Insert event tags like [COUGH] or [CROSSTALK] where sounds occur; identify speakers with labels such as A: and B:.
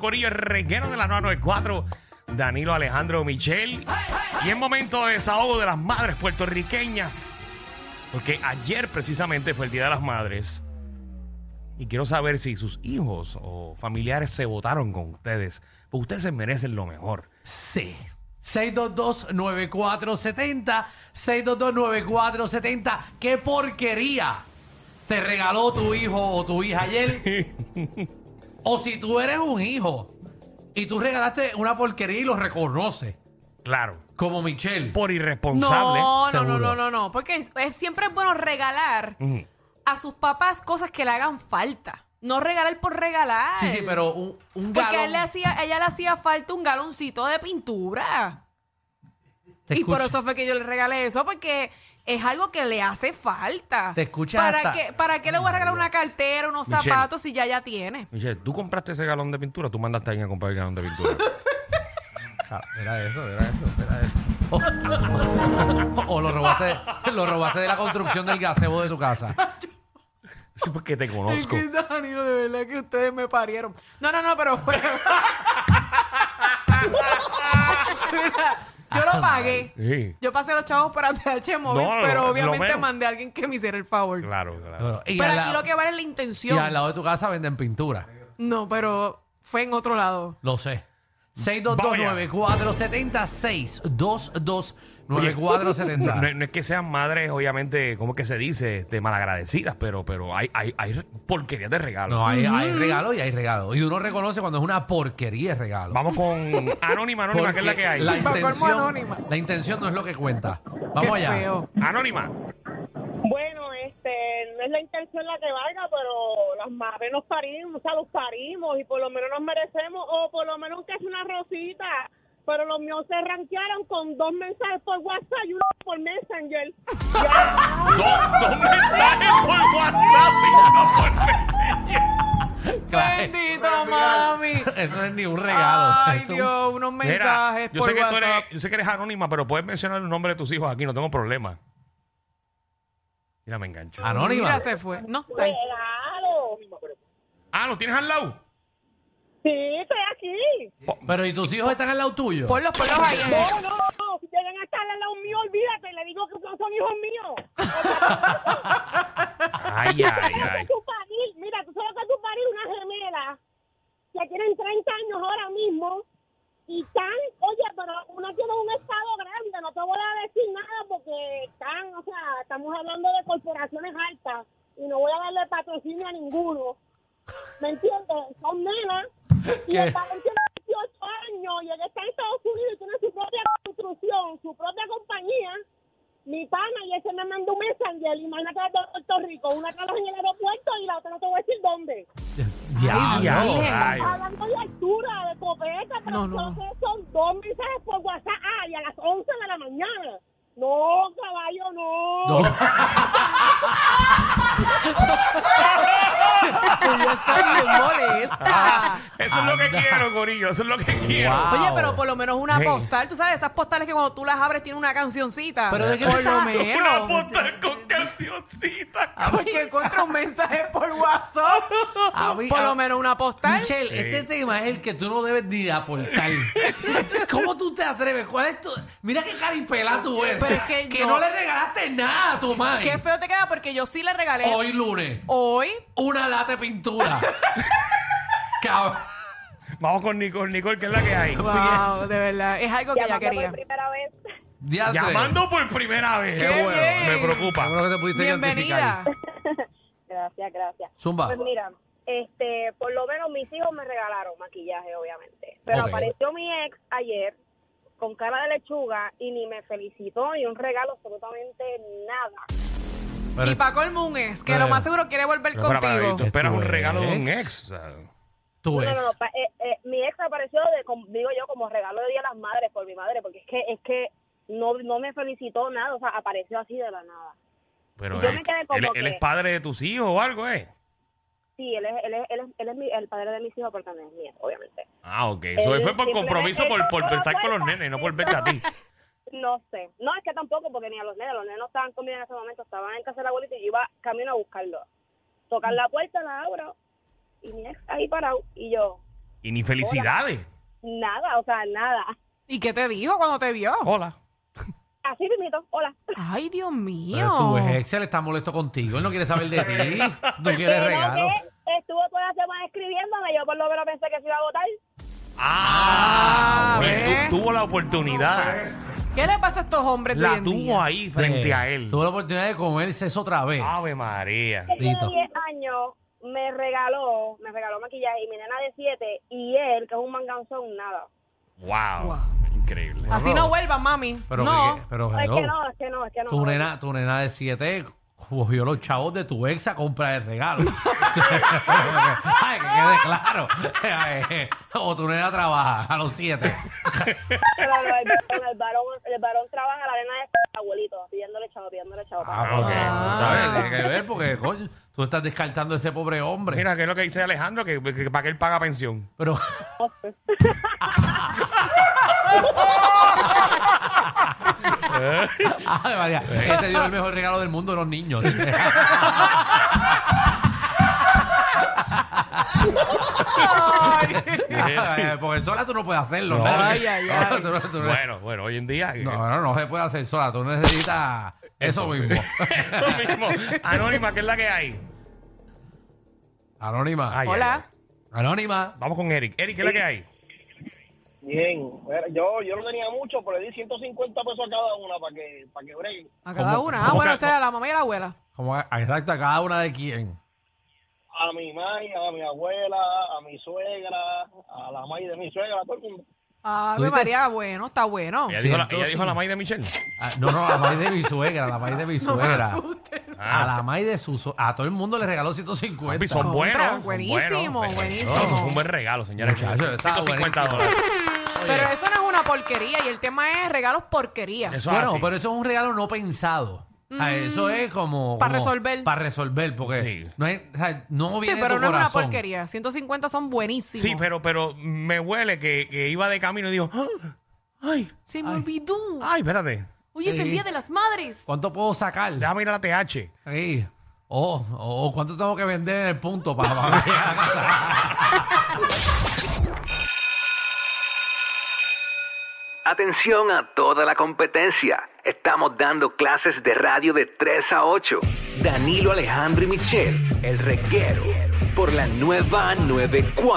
A: Corillo, el reguero de la 994, Danilo Alejandro Michel. Y es momento de desahogo de las madres puertorriqueñas. Porque ayer precisamente fue el Día de las Madres. Y quiero saber si sus hijos o familiares se votaron con ustedes. Pues ustedes se merecen lo mejor.
B: Sí. 622-9470. 622-9470. ¡Qué porquería! Te regaló tu hijo o tu hija ayer. o si tú eres un hijo y tú regalaste una porquería y lo reconoces,
A: Claro.
B: como Michelle.
A: Por irresponsable.
C: No, no,
A: seguro.
C: no, no, no, no. Porque es- es- siempre es bueno regalar
A: Ujú.
C: a sus papás cosas que le hagan falta. No regalar por regalar.
B: Sí, sí, pero un, un
C: Porque a él
B: galón.
C: le hacía, a ella le hacía falta un galoncito de pintura.
B: Te
C: y por
B: escucho.
C: eso fue que yo le regalé eso, porque es algo que le hace falta.
B: Te escucha
C: ¿Para
B: hasta-
C: qué, ¿Para qué le voy a regalar una cartera, unos
A: Michelle.
C: zapatos si ya ya tiene?
A: Michelle, tú compraste ese galón de pintura, tú mandaste a alguien a comprar el galón de pintura. [LAUGHS]
B: Ah, Era eso, era eso, era eso. [LAUGHS] o lo robaste, lo robaste de la construcción del gasebo de tu casa.
A: Sí, porque te conozco.
C: Danilo, de verdad que ustedes me parieron. No, no, no, pero fue. [LAUGHS] yo lo pagué.
A: Sí.
C: Yo pasé los chavos para TH Móvil,
A: Ah, No, lo-
C: pero
A: lo
C: obviamente
A: menos.
C: mandé a alguien que me hiciera el favor.
A: Claro, claro.
B: Bueno, y
C: pero
B: al
C: aquí
B: lado-
C: lo que vale es la
B: Y al
C: intención.
B: lado de tu casa venden pintura.
C: No, pero fue en otro lado.
B: Lo sé. 6229470
A: No,
B: 6229470
A: no es que sean madres, obviamente, como que se dice, este, malagradecidas, pero, pero hay, hay, hay porquerías de regalo.
B: [LAUGHS] No, hay, hay regalo y hay regalo. Y uno reconoce cuando es una porquería el regalo.
A: Vamos con Anónima, Anónima, que es la que hay.
B: La
C: Pa' colmo
B: intención,
C: anónima.
B: la intención no es lo que cuenta. Vamos
C: Qué
B: allá.
A: [LAUGHS]
C: feo. [LAUGHS]
A: Anónima.
D: Bueno, este, no es la intención la que valga, pero las madres nos parimos, o sea, los parimos y por lo menos nos merecemos, o por lo menos que es una rosita. Pero los míos se ranquearon con dos mensajes por WhatsApp y uno por Messenger.
A: Dos, dos mensajes por WhatsApp. y uno por Messenger.
B: [LAUGHS] Claro, [LAUGHS]
C: Bendito,
A: [LAUGHS]
C: mami.
B: Eso no es ni un regalo.
C: Ay,
B: es un-
C: Dios, unos
A: Mira,
C: mensajes
A: yo,
C: por
A: sé que tú
C: WhatsApp.
A: eres, yo sé que eres anónima, pero puedes mencionar el nombre de tus hijos aquí, no tengo problema. Mira, me engancho. Ah,
B: Anónima.
C: Mira, se fue. No, está ahí.
D: ¡Regalo!
A: Ah, ¿lo tienes al lado?
D: Sí, estoy aquí.
B: Pero ¿y tus hijos están al lado tuyo?
C: Ponlos, ponlos ahí.
A: [LAUGHS]
D: No, no, no, si llegan a estar al lado mío, olvídate, le digo que no son hijos míos.
A: Ay, ay, ay.
D: Tú parir, mira, tú sabes que tú parir una gemela que tienen 30 años ahora mismo y están, oye, pero una tiene un estado grande, no te voy a decir nada porque están, o sea, estamos hablando de corporaciones altas y no voy a darle patrocinio a ninguno. ¿Me entiendes? Son nenas y
B: ¿Qué?
D: el padre tiene 18 años y él está en Estados Unidos y tiene su propia construcción, su propia compañía. Mi pana y ese me mandó un messenger y manda que de Puerto Rico. Una que en el aeropuerto y la otra no te voy a decir dónde.
B: [LAUGHS] Diablo.
A: Diablo,
C: Virgen.
A: rayo.
D: Hablando de altura, de copeta, pero
C: No, no,
D: entonces son dos mensajes por WhatsApp ah, y a las 11 de la mañana. No, caballo, no.
B: No.
C: Ella está bien molesta.
A: Eso es lo que quiero, Corillo. Eso es lo que quiero.
B: Wow.
C: Oye, pero por lo menos una
A: Hey.
C: postal, tú sabes, esas postales que cuando tú las abres tiene una cancioncita.
B: Pero de qué
C: por
B: te
C: lo
B: estás-
A: Una
C: menos.
A: puta con cancioncita.
C: Porque encuentra un mensaje por WhatsApp.
B: A mí-
C: por
B: a-
C: lo menos una postal.
B: Ah, Michelle, este tema es el que tú no debes ni de
C: [LAUGHS]
B: aportar. ¿Cómo tú te atreves? ¿Cuál es tu...? Mira qué caripela tú eres.
C: Pero es que
B: no...
C: no-
B: le regalaste nada a tu madre.
C: Qué feo te queda porque yo sí le regalé.
B: Hoy lunes,
C: Hoy.
B: una lata de
C: [LAUGHS]
B: pintura. Cabrón.
A: Vamos con Nicole, Nicole, que es la que hay.
C: Wow, de verdad. Es algo que ella
D: Llamando
C: quería.
D: por primera vez. [LAUGHS]
B: Diantre.
A: Llamando por primera vez.
C: Qué
A: Eh,
C: bueno. bien.
A: Me preocupa.
B: Seguro que te pudiste
C: Bienvenida.
B: identificar.
D: Gracias, gracias.
B: Zumba.
D: Pues mira, este, por lo menos mis hijos me regalaron maquillaje, obviamente. Pero
B: Ok.
D: apareció mi ex ayer con cara de lechuga y ni me felicitó ni un regalo, absolutamente nada.
B: Pero-
C: Y Paco el Munes, que lo más seguro quiere volver
A: Pero espera, pero,
C: contigo.
A: tú esperas un
B: Ex.
A: regalo de un ex. Ah,
B: Tú
D: No, no,
B: eres.
D: no, pa- eh, eh, mi ex apareció, de, com- digo yo, como regalo de Día de las Madres por mi madre, porque es que es que no, no me felicitó nada, o sea, apareció así de la nada.
A: Pero
D: Yo
A: él,
D: me quedé como
A: él-
D: que-
A: él es padre de tus hijos o algo, ¿eh?
D: Sí, él es, él es, él es, él es mi- el padre de mis hijos, pero también es mío, obviamente.
A: Ah, ok. Eso
D: Él
A: fue por
D: simplemente-
A: compromiso, por, por estar con los nenes, no por verte a ti.
D: No sé. No, es que tampoco, porque ni a los nenes, los nenes no estaban conmigo en ese momento, estaban en casa de la abuelita y yo iba camino a buscarlo. Tocar la puerta, la abro, y mi ex ahí parado, y yo,
A: Y ni felicidades.
D: Nada, o sea, nada.
C: ¿Y qué te dijo cuando te vio?
A: Hola.
D: Así mismito, hola.
C: Ay, Dios
B: Oh. Pero
C: mío.
B: tu ex se le está molesto contigo. Él no quiere saber
C: [LAUGHS]
B: de ti. No quiere
D: Pero
B: regalo.
D: que estuvo toda la semana escribiéndome, yo por lo menos pensé que se iba a votar.
A: Ah,
B: Ah,
A: pues,
B: ¿ves?
A: tu- tuvo la oportunidad.
C: ¿Qué le pasa a estos hombres de hoy
A: La
C: Ah, en
A: tuvo
C: día?
A: ahí frente a él. Ah.
B: Tuve la oportunidad de comer sexo otra vez.
A: Ave María.
D: Ella
B: Listo.
D: de 10 años me regaló, me regaló maquillaje y mi nena de 7 y él, que es un manganzón, nada.
A: Wow.
C: Wow.
A: Increíble.
C: Así no vuelvas, mami.
B: Pero,
C: no.
B: que- pero
D: Es
B: hello.
D: que no, es que no, es que no.
B: Tu nena, tu nena de 7 cogió los chavos de tu ex a comprar el regalo. [LAUGHS] Ay, que quede claro. o tu nena trabaja a los 7.
D: Pero el, varón- el varón, el varón trabaja la nena de abuelito, pidiéndole chavo, pidiéndole chavo.
A: Ah, ok.
B: A ver, tiene que ver porque, coño, tú estás descartando a ese pobre hombre.
A: Mira, que es lo que dice Alejandro, que, que- para que él paga pensión.
B: Pero, [LAUGHS] ay, María, ese dio el mejor regalo del mundo a los [LAUGHS] niños. Ay, porque sola tú no puedes hacerlo.
A: No.
B: ¿no?
C: Ay, ay, ay.
B: [LAUGHS] Tú no- tú no-
A: Bueno, bueno, hoy en día. eh,
B: No, no, no se puede hacer sola.
A: [LAUGHS]
B: Tú necesitas eso mismo.
A: Eso mismo. Anónima, que es la que hay.
B: [LAUGHS] Anónima.
A: Ay, ay,
C: Hola.
A: ay.
B: Anónima.
A: Vamos con Eric. Eric, ¿qué es la que hay?
E: Bien, Mira, yo, yo no tenía mucho, pero le di 150 pesos a cada una para que, para que breguen.
C: A cada
B: ¿Cómo-
C: una. Ah,
A: cómo
C: bueno,
A: que-
C: o sea, la mamá y la abuela.
B: Como a- Ah, exacto, a cada una de quién.
E: A mi mãe, a mi abuela, a mi suegra, a la madre de mi suegra, a todo el mundo.
C: Ay,
B: Tú dices-
C: María, bueno, está bueno.
A: Ella dijo, la, ella
B: Ciento
A: dijo a la May de Michelle.
B: Ah, no, no, a la maíz de mi suegra, a la maíz de mi
C: No me
B: suegra.
C: asustes.
A: Ah.
B: A la maíz de su so- A todo el mundo le regaló 150.
A: Papi, son
C: Contra,
A: buenos. son
C: buenísimo,
A: buenos.
C: buenísimo.
A: Eso es un buen regalo, señores.
B: Muchachos, está
A: 150
B: buenísimo.
A: dólares.
C: Pero eso no es una porquería y el tema es regalos porquería.
A: Eso es
B: Bueno,
A: así.
B: pero eso es un regalo no pensado. Ah, Eso es como...
C: Mm. pa' resolver.
B: Para resolver, porque
A: Sí.
B: no, hay- o sea, no
C: Sí,
B: viene de
C: pero
B: tu
C: no es una
B: corazón.
C: porquería. 150 son buenísimos.
A: Sí, pero, pero me huele que, que iba de camino y dijo, "Ah, ay,
C: Se me olvidó.
A: ay, espérate,
C: Oye, es el
B: Sí.
C: Día de las Madres.
B: ¿Cuánto puedo sacar?
A: déjame ir a la TH.
B: Sí. O o cuánto tengo que vender en el punto para, [LAUGHS] para ir a la casa.
F: Atención a toda la competencia. Estamos dando clases de radio de 3 a 8. Danilo Alejandro y Michel, el reguero, por la nueva 94.